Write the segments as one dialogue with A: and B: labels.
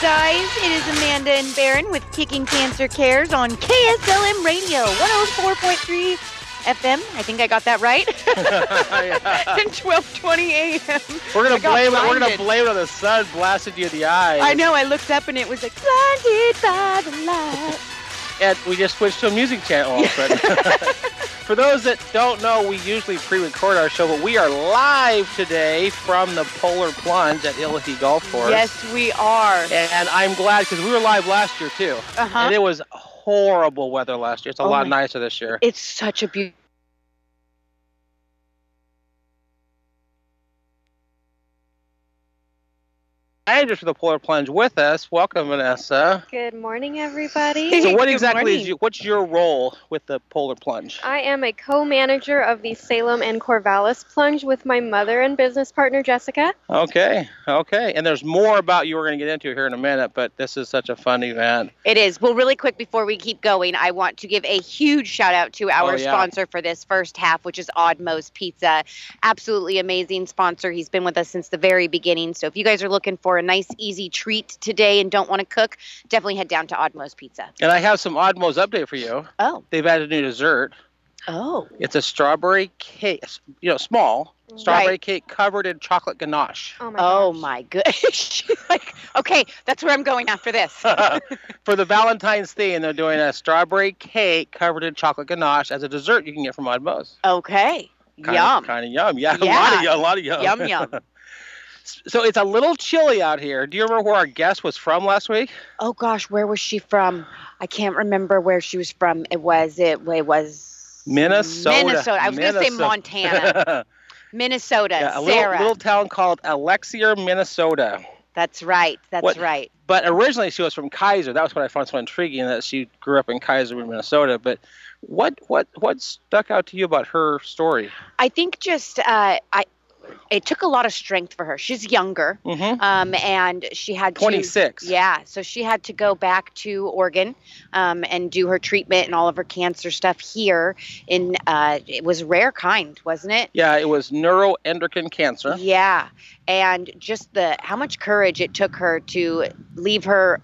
A: guys. It is Amanda and Baron with Kicking Cancer Cares on KSLM Radio 104.3 FM. I think I got that right. and 12:20 a.m.
B: We're
A: I
B: gonna
A: got
B: blame it. We're gonna
A: blinded.
B: blame it on the sun blasted you in the eyes.
A: I know. I looked up and it was like blinded by the light.
B: And we just switched to a music channel all of a sudden. For those that don't know, we usually pre-record our show, but we are live today from the Polar Plunge at Illithi Golf Course.
A: Yes, we are.
B: And I'm glad because we were live last year too,
A: Uh
B: and
A: huh.
B: it was horrible weather last year. It's a
A: Oh
B: lot
A: my-
B: nicer this year.
A: It's such a beautiful.
B: Managers for the Polar Plunge with us. Welcome, Vanessa.
C: Good morning, everybody.
B: So, what
A: Good
B: exactly
A: morning.
B: is you, what's your role with the Polar Plunge?
C: I am a co manager of the Salem and Corvallis Plunge with my mother and business partner, Jessica.
B: Okay, okay. And there's more about you we're going to get into here in a minute, but this is such a fun event.
D: It is. Well, really quick before we keep going, I want to give a huge shout out to our
B: Oh, yeah.
D: sponsor for this first half, which is Oddmo's Pizza. Absolutely amazing sponsor. He's been with us since the very beginning. So if you guys are looking for a nice, easy treat today and don't want to cook, definitely head down to Oddmo's Pizza.
B: And I have some Oddmo's update for you.
D: Oh,
B: They've added a new dessert.
D: oh.
B: It's a strawberry cake, you know, small strawberry
D: Right.
B: cake covered in chocolate ganache.
C: Oh, my
D: Oh
C: gosh.
D: my gosh. like, okay, that's where I'm going after this.
B: for the Valentine's theme, they're doing a strawberry cake covered in chocolate ganache as a dessert you can get from Oddmo's.
D: Okay.
B: Kind
D: yum.
B: Of, kind of yum. Yeah, a
D: Yeah.
B: lot of yum. A lot of yum.
D: Yum, yum.
B: So it's a little chilly out here. Do you remember where our guest was from last week?
D: Oh gosh, where was she from? I can't remember where she was from. It was it, it was
B: Minnesota.
D: Minnesota. I was going to say
B: Minnesota.
D: Montana. Minnesota.
B: yeah, a little,
D: Sarah.
B: little town called Alexier, Minnesota.
D: That's right. That's
B: What-
D: right.
B: But originally she was from Kaiser. That was what I found so intriguing that she grew up in Kaiser, Minnesota. But what what what stuck out to you about her story?
D: I think just uh, I it took a lot of strength for her. She's younger.
B: Mm-hmm.
D: Um, and she had to-
B: Twenty six.
D: Yeah, so she had to go back to Oregon um, and do her treatment and all of her cancer stuff here. In uh, it was rare kind, wasn't it?
B: Yeah, it was neuroendocrine cancer.
D: Yeah, and just the how much courage it took her to leave her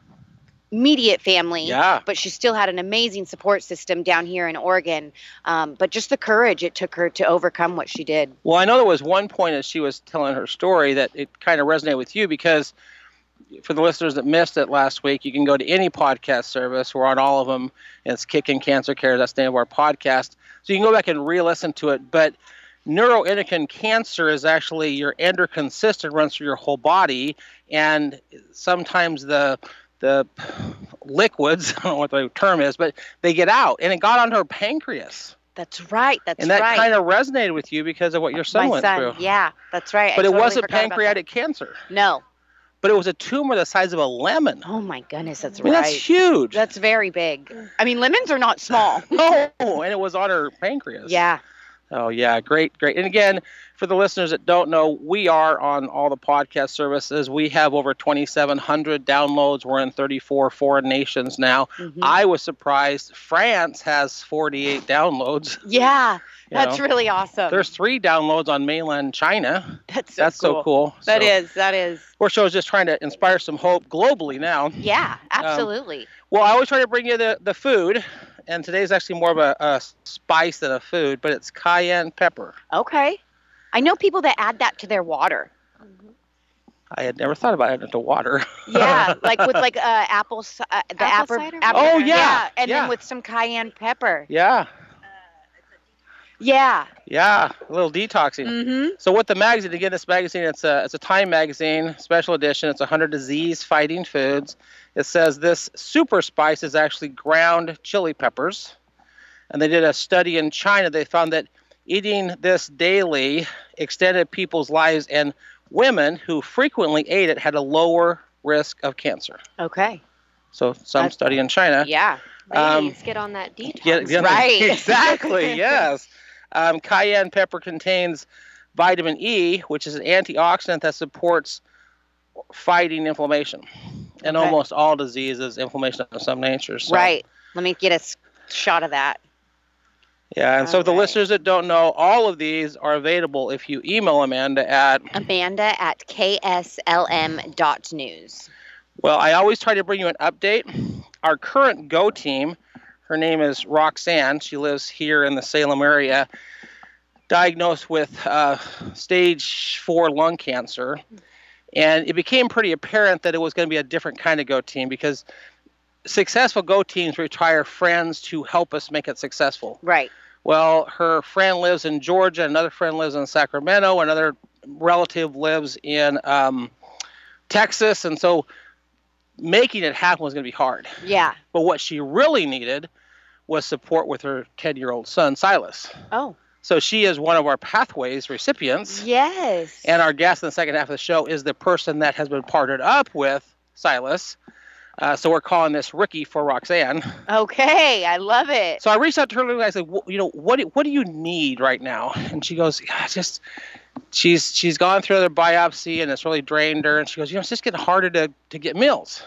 D: immediate family.
B: Yeah.
D: But she still had an amazing support system down here in Oregon. Um, but just the courage it took her to overcome what she did.
B: Well, I know there was one point as she was telling her story that it kind of resonated with you because for the listeners that missed it last week, you can go to any podcast service. We're on all of them. And it's Kicking Cancer Care. That's the name of our podcast. So you can go back and re-listen to it. But neuroendocrine cancer is actually your endocrine system runs through your whole body, and sometimes the the liquids, I don't know what the term is, but they get out, and it got on her pancreas,
D: That's right. That's
B: and that
D: right.
B: kind of resonated with you because of what your son
D: My
B: went
D: son.
B: through.
D: Yeah, that's right. I
B: But it
D: totally
B: wasn't
D: forgot about that.
B: pancreatic cancer.
D: No.
B: But it was a tumor the size of a lemon.
D: Oh my goodness, that's
B: I mean,
D: right.
B: that's huge.
D: That's very big. I mean, lemons are not small.
B: no, and it was on her pancreas.
D: yeah.
B: Oh yeah, great, great. And again, for the listeners that don't know, we are on all the podcast services. We have over 2,700 downloads. We're in 34 foreign nations now.
D: Mhm.
B: I was surprised. France has 48 downloads.
D: yeah.
B: you
D: That's
B: know.
D: really awesome.
B: There's three downloads on mainland China.
D: that's so
B: That's
D: cool.
B: so cool.
D: That
B: so,
D: is. That is.
B: Our show is just trying to inspire some hope globally now.
D: Yeah, absolutely.
B: Well, I always try to bring you the, the food, and today's actually more of a, a spice than a food, but it's cayenne pepper.
D: okay. I know people that add that to their water.
B: I had never thought about adding it to water.
D: Yeah, like with like uh, apple, ci- uh, the
C: Apple
D: apple,
C: cider
D: apple
B: Oh,
D: vinegar.
B: yeah,
D: and
B: yeah.
D: then with some cayenne pepper.
B: Yeah,
D: Yeah.
B: yeah, a little detoxing.
D: Mm-hmm.
B: So with the magazine, again, this magazine, it's a, it's a Time magazine, special edition. It's 100 disease-fighting foods. It says this super spice is actually ground chili peppers. And they did a study in China. They found that eating this daily extended people's lives, and women who frequently ate it had a lower risk of cancer.
D: Okay.
B: So some
D: That's-
B: study in China.
D: Yeah.
B: Um,
C: Ladies, get on that detox.
B: Yeah, yeah,
D: Right.
B: Exactly. yes. Um, cayenne pepper contains vitamin E, which is an antioxidant that supports fighting inflammation and
D: Okay.
B: almost all diseases, inflammation of some nature. So,
D: Right. Let me get a s- shot of that.
B: Yeah. And so, the
D: Alright.
B: listeners that don't know, all of these are available if you email Amanda at
D: Amanda at KSLM dot news.
B: Well, I always try to bring you an update. Our current Go team, her name is Roxanne. She lives here in the Salem area, diagnosed with uh, stage four lung cancer. And it became pretty apparent that it was going to be a different kind of Go team because successful Go teams retire friends to help us make it successful.
D: Right.
B: Well, her friend lives in Georgia, another friend lives in Sacramento, another relative lives in um, Texas. And so making it happen was going to be hard.
D: Yeah.
B: But what she really needed was support with her 10 year old son, Silas.
D: Oh.
B: So she is one of our Pathways recipients.
D: Yes.
B: And our guest in the second half of the show is the person that has been partnered up with Silas. Uh, so we're calling this Ricky for Roxanne.
D: okay, I love it.
B: So I reached out to her and I said, "Wh- you know, what do- what do you need right now? And she goes, yeah, it's just she's she's gone through another biopsy and it's really drained her. And she goes, you know, it's just getting harder to to get meals.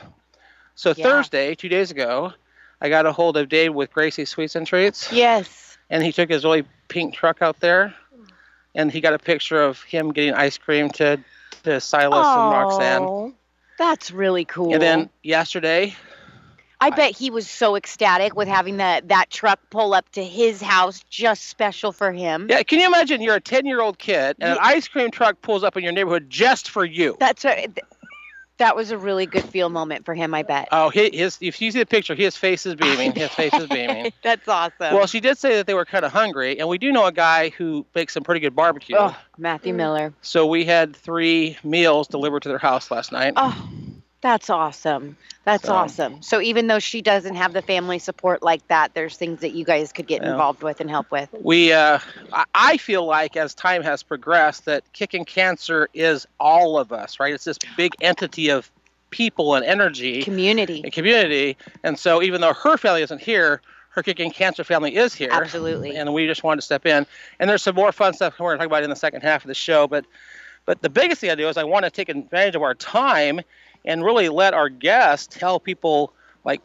B: So
D: Yeah.
B: Thursday, two days ago, I got a hold of Dave with Gracie Sweets and Treats,
D: Yes.
B: and he took his really pink truck out there, and he got a picture of him getting ice cream to to Silas and Roxanne.
D: Aw, That's really cool.
B: And then yesterday,
D: I bet he was so ecstatic with having that that truck pull up to his house just special for him.
B: Yeah, can you imagine you're a 10 year old kid and an
D: Ye-
B: ice cream truck pulls up in your neighborhood just for you?
D: That's a, th- that was a really good feel moment for him, I bet.
B: Oh, hi- his, if you see the picture, his face is beaming. His face is beaming.
D: That's awesome.
B: Well, she did say that they were kind of hungry, and we do know a guy who makes some pretty good barbecue.
D: oh, Matthew
C: Mm.
D: Miller.
B: So we had three meals delivered to their house last night.
D: Oh, that's awesome. That's
B: So-
D: awesome. So even though she doesn't have the family support like that, there's things that you guys could get
B: Yeah.
D: involved with and help with.
B: We, uh, I- I feel like as time has progressed, that kicking cancer is all of us, right? It's this big entity of people and energy.
D: Community.
B: and community. And so, even though her family isn't here, her kicking cancer family is here.
D: Absolutely.
B: And we just wanted to step in. And there's some more fun stuff we're going to talk about in the second half of the show. But, but the biggest thing I do is I want to take advantage of our time and really let our guests tell people like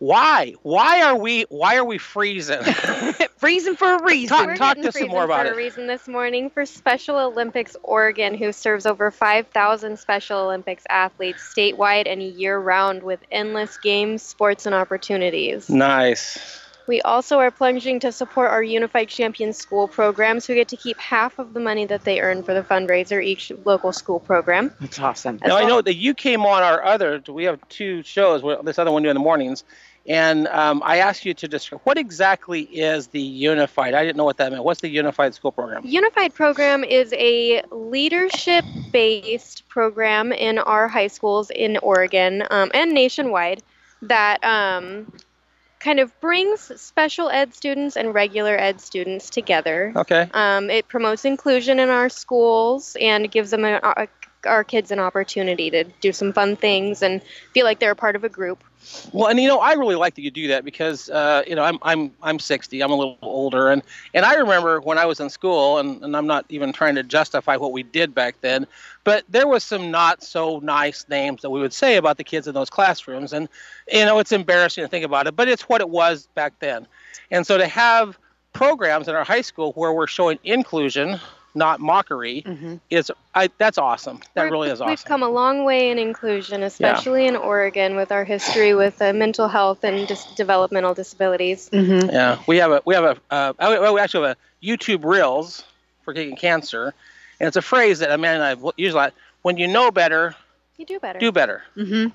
B: why why are we why are we freezing?
D: Freezing for a reason.
B: Talk- talk to us some
C: Reason
B: more about
C: for
B: it.
C: a reason this morning for Special Olympics Oregon, who serves over 5,000 Special Olympics athletes statewide and year-round with endless games, sports, and opportunities.
B: nice.
C: We also are plunging to support our Unified Champion school programs, who get to keep half of the money that they earn for the fundraiser each local school program.
D: That's awesome.
C: As
B: now I
C: well-
B: know that you came on our other. We have two shows. well, This other one doing the mornings, and um, I asked you to describe what exactly is the unified. I didn't know what that meant. What's the unified school program?
C: Unified program is a leadership based program in our high schools in Oregon um, and nationwide that um, kind of brings special ed students and regular ed students together.
B: Okay.
C: Um, it promotes inclusion in our schools and gives them an, uh, our kids an opportunity to do some fun things and feel like they're a part of a group.
B: Well, and you know, I really like that you do that because uh, you know I'm I'm I'm 60. I'm a little older, and and I remember when I was in school, and, and I'm not even trying to justify what we did back then, but there was some not so nice names that we would say about the kids in those classrooms, and you know it's embarrassing to think about it, but it's what it was back then, and so to have programs in our high school where we're showing inclusion, not mockery,
D: hmm
B: is I that's awesome. That
C: We're-
B: really is awesome.
C: We've come a long way in inclusion, especially in Oregon with our history with uh, mental health and dis- developmental disabilities.
D: hmm
B: Yeah, we have a we have a uh, oh, wait, well, we actually have a YouTube Reels for kicking cancer, and it's a phrase that Amanda and I use a lot. When you know better,
C: You do better.
B: do better.
D: hmm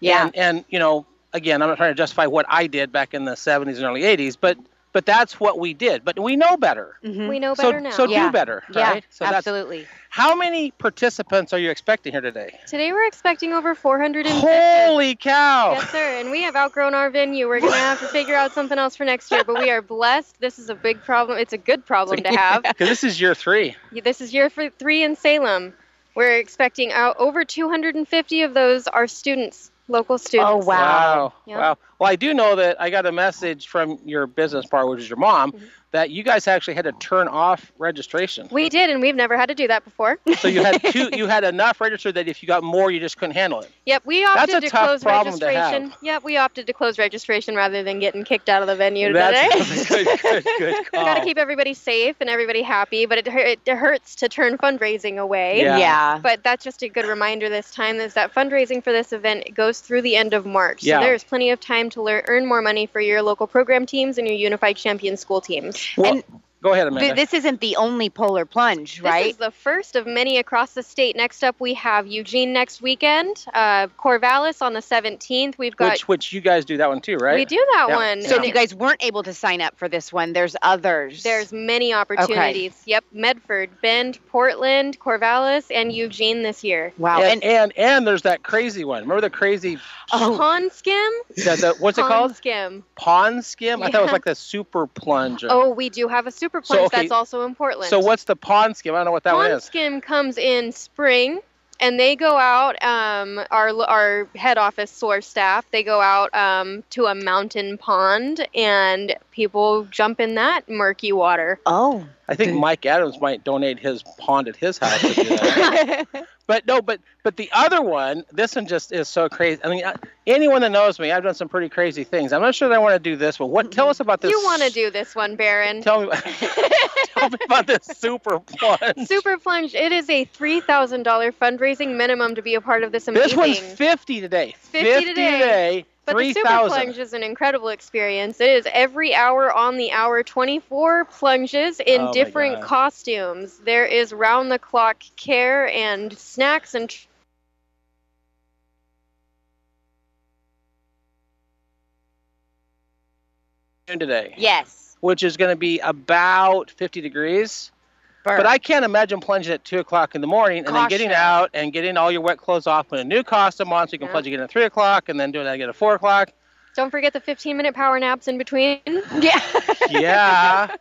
D: Yeah.
B: And, and you know, again, I'm not trying to justify what I did back in the 70s and early 80s, but but that's what we did. But we know better.
D: Mhm.
C: we know
B: so
C: better now.
B: so
D: Yeah.
B: do better,
D: Yeah,
B: right? So that's
D: absolutely.
B: how many participants are you expecting here today?
C: Today we're expecting over 450.
B: Holy cow!
C: Yes, sir. And we have outgrown our venue. We're going to have to figure out something else for next year, but we are blessed. This is a big problem. It's a good problem to have.
B: Because this is year three.
C: This is year for three in Salem. We're uh, expecting out over 250 of those are students, local
D: Wow.
B: Oh,
C: students.
B: Wow.
C: Yeah.
B: Wow. Well, I do know that I got a message from your business partner, which is your mom,
C: Mhm.
B: that you guys actually had to turn off registration.
C: We did, and we've never had to do that before.
B: So you had two, you had enough registered that if you got more, you just couldn't handle it.
C: Yep, we opted
B: a
C: to
B: tough
C: close
B: problem to have.
C: registration. Yep, we opted to close registration rather than getting kicked out of the venue today.
B: That's good, good, good
C: We gotta
B: call.
C: keep everybody safe and everybody happy, but it, hur- it hurts to turn fundraising away.
B: Yeah.
D: yeah.
C: But that's just a good reminder this time is that fundraising for this event goes through the end of March.
B: Yeah.
C: So there's plenty of time to lear- earn more money for your local program teams and your Unified Champion school teams.
B: Well,
D: and-
B: go ahead,
D: But
B: Amanda.
D: this isn't the only polar plunge,
C: This
D: right?
C: is the first of many across the state. Next up, we have Eugene next weekend, uh, Corvallis on the 17th. We've got.
B: which which you guys do that one too, right?
C: We do that
B: Yeah.
C: one.
D: so
B: Yeah.
D: if you guys weren't able to sign up for this one, there's others.
C: There's many opportunities. Yep, Medford, Bend, Portland, Corvallis, and Eugene this year.
D: wow. And,
B: And, and and there's that crazy one. Remember the crazy
D: oh,
C: Pond skim?
B: that the, what's it
C: Pond
B: called?
C: Skim.
B: Pond skim? I thought it was
C: Yeah.
B: like the super plunger.
C: Oh, we do have a super
B: So,
C: plunge
B: okay,
C: that's also in Portland.
B: so what's the pond skim? I don't know what that
C: Pond
B: one is.
C: skim comes in spring, and they go out. Um, our our head office source staff they go out um, to a mountain pond, and people jump in that murky water.
D: oh.
B: I think Mike Adams might donate his pond at his house. to do that. but no, but but the other one, this one just is so crazy. I mean, I- anyone that knows me, I've done some pretty crazy things. I'm not sure that I want to do this, but what? Tell us about this.
C: You want to do this one, Baron?
B: Tell me, tell me about this super plunge.
C: Super plunge. It is a three thousand dollar fundraising minimum to be a part of this amazing.
B: This one's 50 today.
C: 50 today. But the Super
B: 3,000.
C: Plunge is an incredible experience. It is every hour on the hour, 24 plunges in
B: Oh my
C: different
B: God.
C: costumes. There is round the clock care and snacks and. tr-
B: today,
D: Yes.
B: which is going to be about 50 degrees. But I can't imagine plunging at 2 o'clock in the morning and then getting
D: Caution.
B: out and getting all your wet clothes off, putting a new costume on so you can
C: Yeah.
B: plunge again at 3 o'clock and then doing that again at 4 o'clock.
C: Don't forget the 15 minute power naps in between.
D: yeah.
B: Yeah.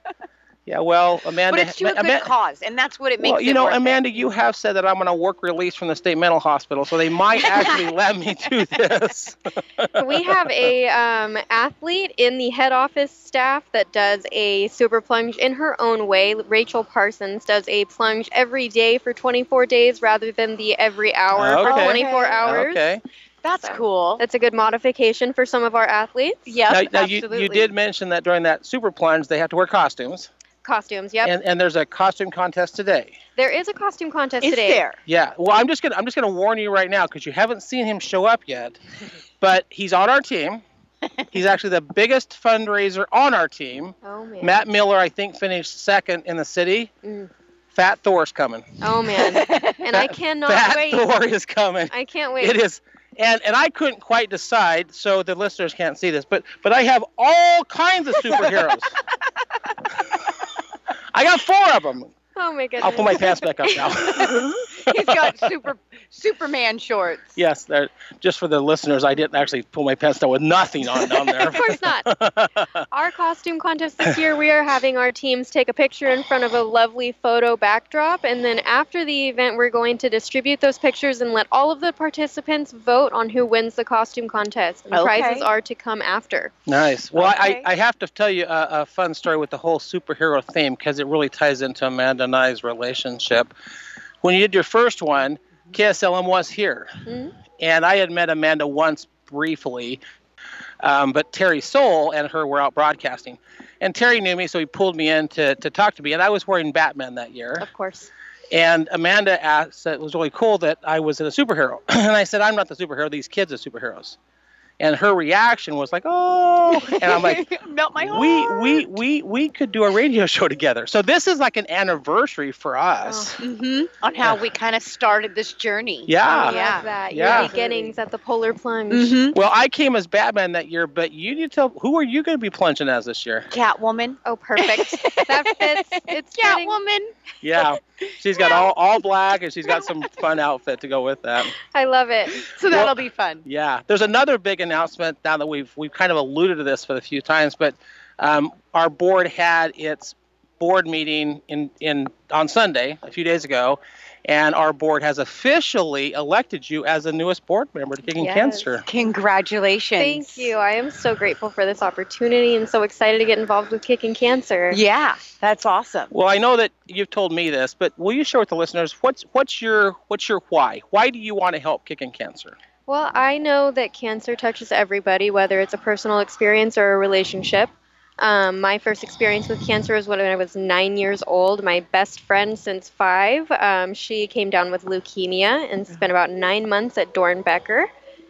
B: yeah, well, Amanda.
D: But it's to a good
B: Ama-
D: cause, and that's what it makes
B: well, you
D: it
B: know,
D: worth it.
B: Amanda, you have said that I'm on a work release from the state mental hospital, so they might actually let me do this.
C: we have a um, athlete in the head office staff that does a super plunge in her own way. Rachel Parsons does a plunge every day for 24 days rather than the every hour
B: Oh, Okay.
C: for 24
D: Okay.
C: hours.
B: Okay.
D: That's cool.
C: That's a good modification for some of our athletes.
B: Now,
D: Yep.
B: now you,
D: absolutely.
B: you did mention that during that super plunge, they have to wear costumes.
C: Costumes, yep.
B: And, and there's a costume contest today.
C: there is a costume contest
D: Is
C: today.
D: there?
B: Yeah. Well, I'm just gonna I'm just gonna warn you right now because you haven't seen him show up yet, but he's on our team. He's actually the biggest fundraiser on our team.
C: Oh man.
B: Matt Miller, I think, finished second in the city.
C: Mm.
B: Fat Thor's coming.
C: Oh man. And I cannot
B: Fat
C: wait.
B: Thor is coming.
C: I can't wait.
B: It is. And, and I couldn't quite decide, so the listeners can't see this, but but I have all kinds of superheroes. I got four of them.
C: Oh my goodness.
B: I'll put my pants back up now.
D: He's got super Superman shorts.
B: yes, they're, just for the listeners, I didn't actually pull my pants down with nothing on down there.
C: of course not. Our costume contest this year, we are having our teams take a picture in front of a lovely photo backdrop. And then after the event, we're going to distribute those pictures and let all of the participants vote on who wins the costume contest. And
D: Okay.
C: prizes are to come after.
B: nice. Well,
D: Okay.
B: I, I have to tell you a, a fun story with the whole superhero theme because it really ties into Amanda and I's relationship. When you did your first one, KSLM was here.
C: Mhm.
B: And I had met Amanda once briefly, um, but Terry Soul and her were out broadcasting. And Terry knew me, so he pulled me in to, to talk to me. And I was wearing Batman that year.
C: Of course.
B: And Amanda asked, said it was really cool that I was a superhero. and I said, I'm not the superhero, these kids are superheroes. And her reaction was like, oh. And I'm like,
D: melt my heart.
B: we, we, we, we could do a radio show together. So this is like an anniversary for us.
D: hmm on how we kind of started this journey.
C: I
B: Yeah.
C: love
D: Yeah.
C: that.
B: Ah. Yeah.
C: Your beginnings at the Polar Plunge.
D: Mm-hmm.
B: Well, I came as Batman that year, but you need to tell who are you going to be plunging as this year?
D: Catwoman.
C: Oh, perfect. that fits. It's fitting.
D: Catwoman.
B: Yeah, she's got all, all black and she's got some fun outfit to go with that.
C: I love it.
D: So
B: Well-
D: that'll be fun.
B: Yeah, there's another big announcement now that we've we've kind of alluded to this for a few times, but um, our board had its board meeting in, in on Sunday a few days ago, and our board has officially elected you as the newest board member to Kicking
C: Yes.
B: Cancer.
D: Congratulations.
C: Thank you. I am so grateful for this opportunity and so excited to get involved with Kicking Cancer.
D: Yeah, that's awesome.
B: Well, I know that you've told me this, but will you share with the listeners what's what's your what's your why? Why do you want to help Kicking Cancer?
C: Well, I know that cancer touches everybody, whether it's a personal experience or a relationship. Um, my first experience with cancer was when I was nine years old. My best friend since five, um, she came down with leukemia
D: Uh-huh.
C: and spent about nine months at Dornbecker,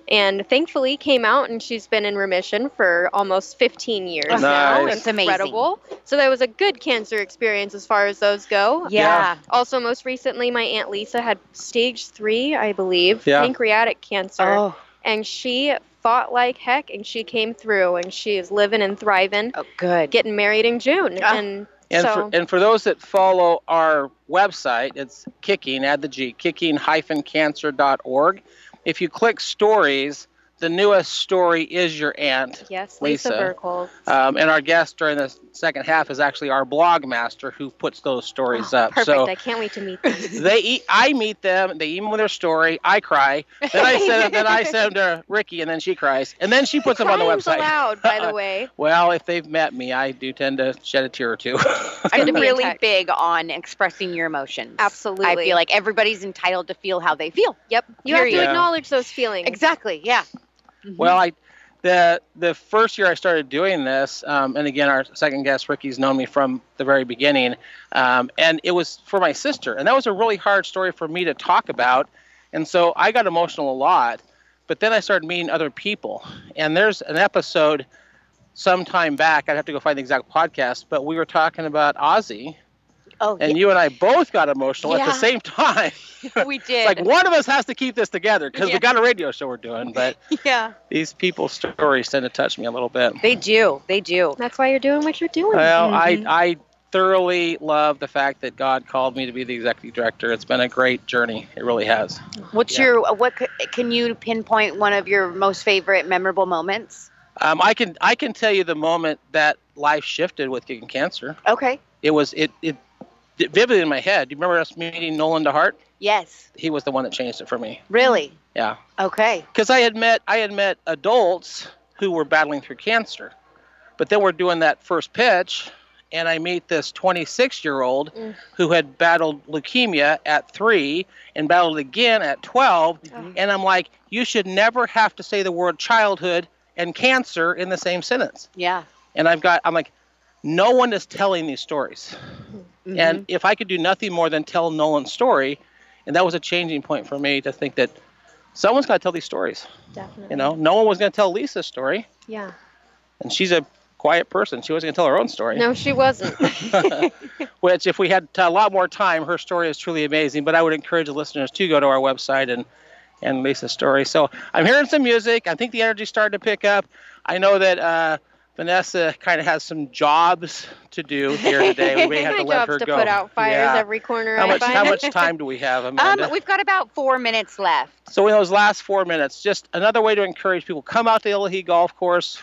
C: and thankfully came out and she's been in remission for almost 15 years
D: Oh,
C: now.
B: Nice.
D: that's amazing.
C: incredible. So that was a good cancer experience as far as those go.
D: Yeah. Oh,
C: Also, most recently, my Aunt Lisa had stage three, I believe,
B: Yeah.
C: pancreatic cancer.
D: Oh,
C: And she fought like heck and she came through and she is living and thriving,
D: oh, good.
C: getting married in June.
D: Ah.
C: And,
B: And
C: so,
B: for and for those that follow our website, it's kicking add the G kicking cancer.org. If you click stories, the newest story is your aunt.
C: yes, Lisa,
B: Lisa.
C: Burkholz.
B: Um, and our guest during the second half is actually our blog master who puts those stories
C: Oh,
B: up.
C: perfect.
B: So
C: I can't wait to meet them.
B: they e- I meet them, they email their story, I cry. Then I send then I send them to Ricky and then she cries. And then she puts them on the
C: Crimes
B: website.
C: allowed, by the way.
B: Well, if they've met me, I do tend to shed a tear or two.
D: I'm
C: Good to be in
D: really
C: touch.
D: big on expressing your emotions.
C: Absolutely.
D: I feel like everybody's entitled to feel how they feel.
C: Yep. You have to
D: Period.
B: Yeah.
C: acknowledge those feelings.
D: Exactly. Yeah.
B: Well, I the the first year I started doing this, um, and again, our second guest Ricky's known me from the very beginning, um, and it was for my sister, and that was a really hard story for me to talk about, and so I got emotional a lot. But then I started meeting other people, and there's an episode some time back. I'd have to go find the exact podcast, but we were talking about Ozzy,
C: Mm-hmm.
D: oh,
B: and you and I both got emotional at
D: Yeah.
B: the same time.
D: yeah, we did.
B: It's like one of us has to keep this together because
D: Yeah.
B: we got a radio show we're doing, but
D: yeah.
B: these people's stories tend to touch me a little bit.
D: They do. They do.
C: That's why you're doing what you're doing.
B: Well,
D: Mhm.
B: I I thoroughly love the fact that God called me to be the executive director. It's been a great journey. It really has.
D: What's
B: Yeah.
D: your uh, what? c- Can you pinpoint one of your most favorite memorable moments?
B: Um, I can I can tell you the moment that life shifted with getting cancer.
D: Okay.
B: It was it it, it vividly in my head. Do you remember us meeting Nolan DeHart?
D: Yes.
B: He was the one that changed it for me.
D: Really.
B: Yeah,
D: Okay.
B: because I had met I had met adults who were battling through cancer, but then we're doing that first pitch, and I meet this 26 year old
C: Mm.
B: who had battled leukemia at three and battled again at 12,
C: Mhm.
B: and I'm like, you should never have to say the word childhood and cancer in the same sentence.
D: Yeah.
B: And I've got I'm like, no one is telling these stories,
D: Mhm.
B: and if I could do nothing more than tell Nolan's story, and that was a changing point for me to think that. Someone's got to tell these stories.
C: Definitely.
B: You know, no one was going to tell Lisa's story,
C: Yeah.
B: and she's a quiet person. She wasn't going to tell her own story.
C: No, she wasn't.
B: Which, if we had a lot more time, her story is truly amazing. But I would encourage the listeners to go to our website and and Lisa's story. So I'm hearing some music. I think the energy's starting to pick up. I know that uh, Vanessa kind of has some jobs to do here today. We may have
C: my
B: to let
C: job's
B: her
C: to
B: go.
C: put out fires
B: Yeah.
C: every corner
B: How
C: I
B: much,
C: find.
B: how much time do we have, Amanda?
D: um, we've got about four minutes left.
B: So in those last four minutes, just another way to encourage people: come out to the Illahi Golf Course.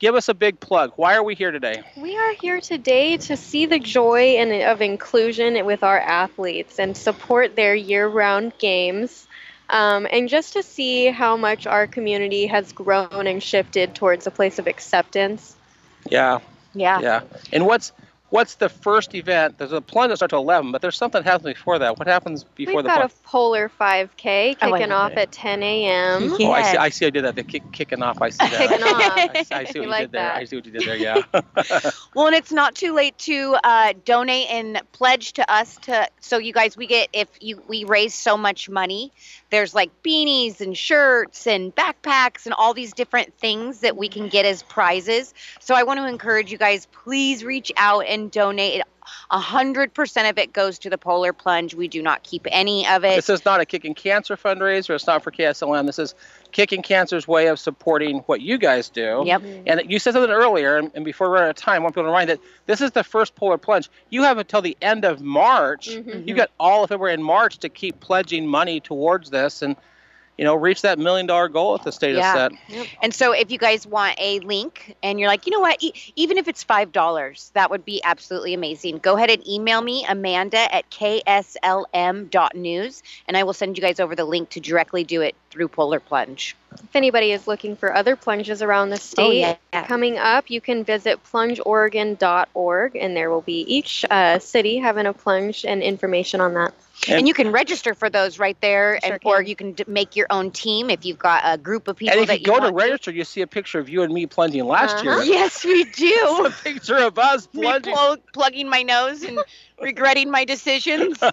B: Give us a big plug. Why are we here today?
C: We are here today to see the joy and of inclusion with our athletes and support their year-round games, um, and just to see how much our community has grown and shifted towards a place of acceptance.
B: Yeah,
C: Ah.
D: Yeah.
B: yeah. And what's what's the first event? There's a plunge that starts at eleven, but there's something that happens before that. What happens before
C: We've
B: the
C: got
B: plunge?
C: a Polar 5K
D: Oh, I
C: kicking
D: love
C: off at 10 a.m.
B: Oh, I see.
D: Yes.
B: I see. I did that. The kick, kicking off. I see that.
C: Kicking off.
B: I, see- I see
C: You
B: what you,
C: like
B: did there.
C: that.
B: I see what you did there. Yeah.
D: Well, and it's not too late to uh, donate and pledge to us to. So you guys, we get if you we raise so much money. There's like beanies and shirts and backpacks and all these different things that we can get as prizes. So I want to encourage you guys. Please reach out and donate. A hundred percent of it goes to the Polar Plunge. We do not keep any of it.
B: this is not a kicking cancer fundraiser. It's not for KSLM. This is kicking cancer's way of supporting what you guys do.
D: Yep.
B: And you said something earlier, and and before we're out of time, I want people to remind that this is the first polar plunge. You have until the end of March.
C: Mhm.
D: Mm-hmm.
B: Mm-hmm. You've got all of February and March to keep pledging money towards this, and you know, reach that million dollar goal at the state
D: Yeah.
B: of set.
D: And so, if you guys want a link and you're like, you know what, e- even if it's $5, that would be absolutely amazing. Go ahead and email me, Amanda at kslm.news, and I will send you guys over the link to directly do it through Polar Plunge.
C: If anybody is looking for other plunges around the
D: Oh,
C: state, Coming up, you can visit plungeoregon.org, and there will be each uh, city having a plunge and information on that.
D: And you can register for those right there,
C: Sure
D: and, or
C: can.
D: you can d- make your own team if you've got a group of people
B: and if
D: that
B: you go to
D: want
B: register, you see a picture of you and me plunging last year.
C: Uh-huh.
D: Yes, we do.
B: a picture of us
D: me
B: plunging.
D: pl- plugging my nose and regretting my decisions. no,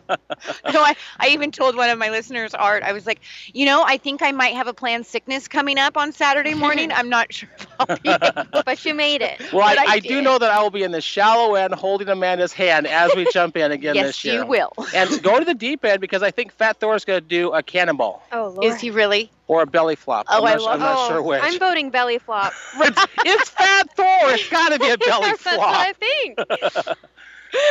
D: I, I even told one of my listeners, Art, I was like, you know, I think I might have a planned sickness coming up on Saturday morning. I'm not sure if I'll be able
C: But you made it.
B: Well,
D: But I
B: I, I do
D: did.
B: know that I will be in the shallow end holding Amanda's hand as we jump in again
D: Yes,
B: this year.
D: you will.
B: And go to the deep end because I think Fat Thor is going to do a cannonball
C: Oh, Lord.
D: Is he really?
B: or a belly flop.
D: Oh, I
B: I'm not, su-
D: love-
B: I'm not
C: Oh,
B: sure which.
C: I'm voting belly flop.
B: it's, it's Fat Thor. It's got to be a belly
C: That's what I
B: flop.
C: think.
B: So,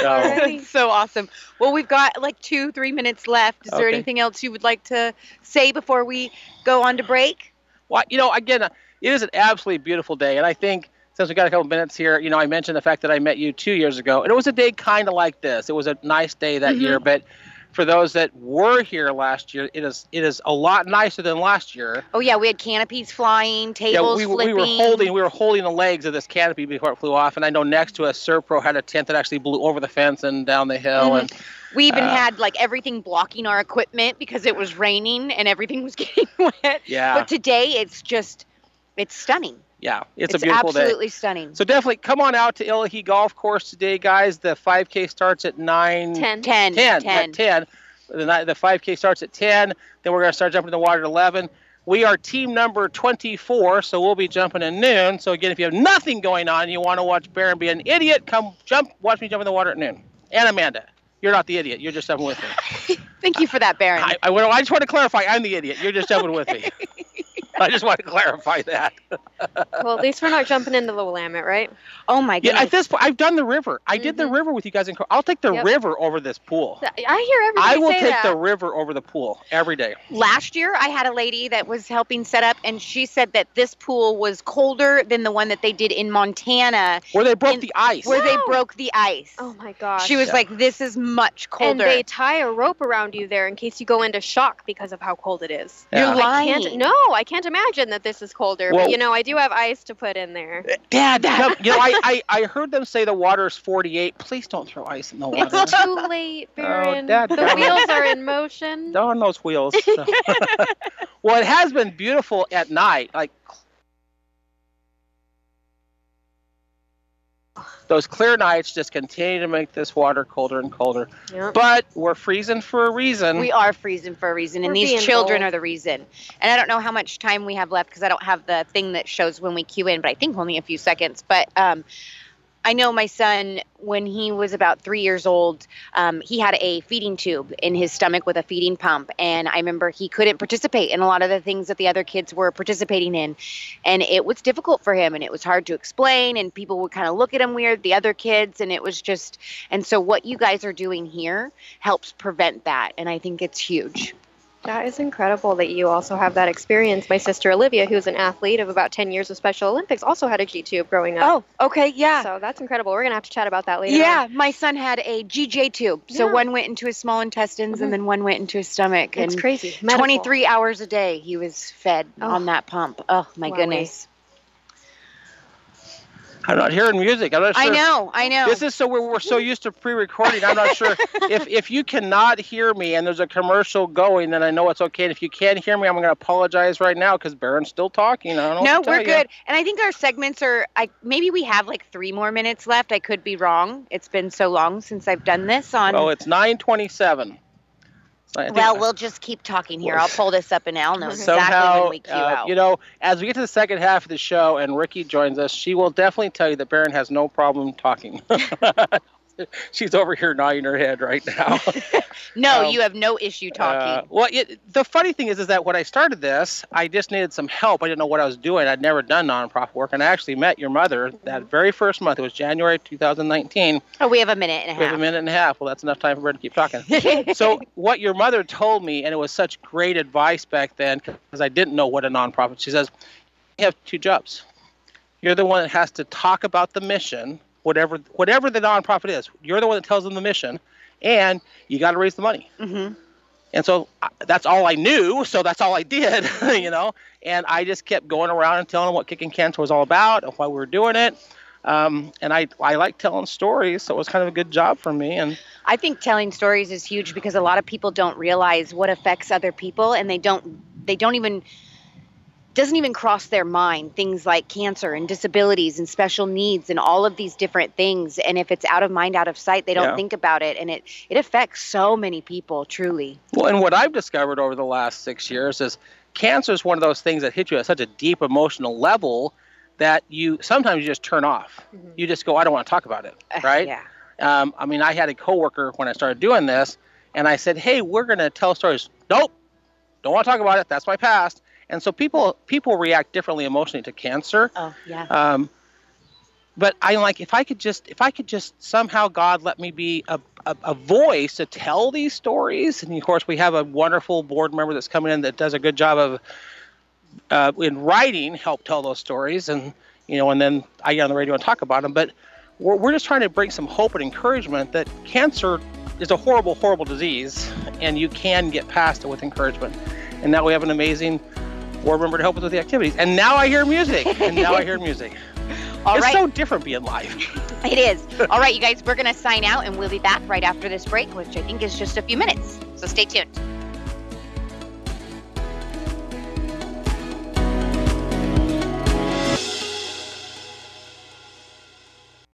C: Alright. Ready.
D: That's so awesome. Well, we've got like two, three minutes left. Is there
B: Okay.
D: anything else you would like to say before we go on to break?
B: well, you know, again, it is an absolutely beautiful day, and I think. Since we got a couple minutes here, you know, I mentioned the fact that I met you two years ago, and it was a day kind of like this. It was a nice day that
D: Mhm.
B: year,
C: Mm-hmm.
B: but for those that were here last year, it is it is a lot nicer than last year.
D: Oh yeah, we had canopies flying,
B: yeah,
D: tables
B: we,
D: flipping.
B: we were holding we were holding the legs of this canopy before it flew off, and I know next to us, Serpro had a tent that actually blew over the fence and down the hill,
D: Mhm.
B: and
C: Mm-hmm.
D: We even
B: Uh,
D: had like everything blocking our equipment because it was raining and everything was getting wet.
B: yeah,
D: But today it's just it's stunning.
B: yeah, it's, a beautiful day.
D: absolutely stunning.
B: So definitely come on out to Illahee Golf Course today, guys. The 5K starts at 9
C: Ten.
D: 10
B: 10,
D: 10.
B: at 10. The, ni- the 5K starts at 10. Then we're going to start jumping in the water at 11. We are team number 24, so we'll be jumping at noon. So, again, if you have nothing going on and you want to watch Baron be an idiot, come jump, watch me jump in the water at noon. And Amanda, you're not the idiot. You're just jumping with me.
D: Thank you for that, Baron.
B: I, I, well, I just want to clarify I'm the idiot. You're just jumping with me. I just want to clarify that.
C: Well, at least we're not jumping into the Willamette, right?
D: oh my
B: Yeah,
D: goodness.
B: at this point, I've done the river. I did the
D: Mm-hmm.
C: Mhm.
B: river with you guys in. Cor- I'll take the
C: Yep.
B: river over this pool.
C: I hear everybody
B: I will
C: say
B: take
C: that.
B: the river over the pool every day.
D: Last year I had a lady that was helping set up and she said that this pool was colder than the one that they did in Montana
B: Where they broke
D: And
B: the ice.
D: where they
C: No.
D: broke the ice.
C: oh, my gosh.
D: she was
B: Yeah.
D: like, This is much
C: and
D: colder.
C: they tie a rope around you there in case you go into shock because of how cold it is.
B: Yeah.
D: You're
C: I
D: lying.
C: can't. No, I can't imagine that this is colder.
B: Well-
C: but you know, I do have ice to put in there.
B: Dad, no, you know, I, I, I heard them say the water is 48. Please don't throw ice in the water.
C: It's too late, Baron.
B: Oh, Dad,
C: the
B: Dad.
C: wheels are in motion.
B: Darn those wheels. well, it has been beautiful at night. Like those clear nights just continue to make this water colder and colder.
C: Yep.
B: But we're freezing for a reason.
D: We are freezing for a reason,
C: We're
D: and these
C: being
D: children
C: bold.
D: are the reason. And I don't know how much time we have left because I don't have the thing that shows when we cue in, but I think only a few seconds. But um, I know my son, when he was about three years old, um, he had a feeding tube in his stomach with a feeding pump. And I remember he couldn't participate in a lot of the things that the other kids were participating in. And it was difficult for him and it was hard to explain. And people would kind of look at him weird, the other kids. And it was just, and so what you guys are doing here helps prevent that. And I think it's huge.
C: That is incredible that you also have that experience. My sister Olivia, who's an athlete of about 10 years of Special Olympics, also had a G tube growing up.
D: Oh, okay. Yeah.
C: So that's incredible. We're going to have to chat about that later.
D: yeah, my son had a GJ tube. So
C: Yeah.
D: one went into his small intestines
C: Mhm.
D: and then one went into his stomach.
C: on. It's
D: and
C: crazy. Medical.
D: 23 hours a day he was fed
C: Oh.
D: on that pump. Oh my
C: Wow,
D: goodness.
B: I'm not hearing music. I'm not sure.
D: I know, I know.
B: This is so we're, we're so used to pre-recording. I'm not sure if if you cannot hear me and there's a commercial going, then I know it's okay. And if you can't hear me, I'm going to apologize right now because Baron's still talking. I don't know.
D: no,
B: what to
D: we're
B: tell you.
D: good. And I think our segments are I maybe we have like 3 more minutes left. I could be wrong. It's been so long since I've done this on
B: Oh, it's 9:27. So I think-
D: Well, we'll just keep talking here. I'll pull this up and Al knows exactly
B: somehow,
D: when we cue
B: uh,
D: out.
B: you know, as we get to the second half of the show and Ricky joins us, she will definitely tell you that Baron has no problem talking. She's over here nodding her head right now.
D: No,
B: Um,
D: you have no issue
B: Uh,
D: talking.
B: well, it, the funny thing is, is that when I started this, I just needed some help. I didn't know what I was doing. I'd never done nonprofit work, and I actually met your mother that very first month. It was January 2019.
D: oh, we have a minute and a
B: uh, We have a
D: half.
B: minute and a half. Well, that's enough time for her to keep talking. so, what your mother told me, and it was such great advice back then, because I didn't know what a nonprofit. She says, "You have two jobs. You're the one that has to talk about the mission, whatever whatever the nonprofit is. You're the one that tells them the mission, and you got to raise the money."
D: Mhm.
B: And so I- that's all I knew, so that's all I did, you know. And I just kept going around and telling them what kicking cancer was all about and why we were doing it. Um, and I I like telling stories, so it was kind of a good job for me. And
D: I think telling stories is huge because a lot of people don't realize what affects other people, and they don't. They don't even doesn't even cross their mind things like cancer and disabilities and special needs and all of these different things and if it's out of mind out of sight they don't
B: Yeah.
D: think about it and it it affects so many people truly
B: well, and what I've discovered over the last six years is cancer is one of those things that hit you at such a deep emotional level that you sometimes you just turn off. You just go, I don't want to talk about it,
D: Uh,
B: right?
D: yeah
B: Um, I mean, I had a coworker when I started doing this, and I said, "Hey, we're going to tell stories." Nope, don't want to talk about it. That's my past. And so people people react differently emotionally to cancer.
D: oh yeah
B: Um, but I like if I could just if I could just somehow God let me be a, a, a voice to tell these stories. And of course, we have a wonderful board member that's coming in that does a good job of uh, in writing help tell those stories. And you know, and then I get on the radio and talk about them. But we're, we're just trying to bring some hope and encouragement that cancer is a horrible, horrible disease, and you can get past it with encouragement. And now we have an amazing board member to help us with the activities. And now I hear music. And now I hear music.
D: all
B: it's
D: right
B: so different being live.
D: It is. All right, you guys, we're going to sign out and we'll be back right after this break, which I think is just a few minutes. So stay tuned.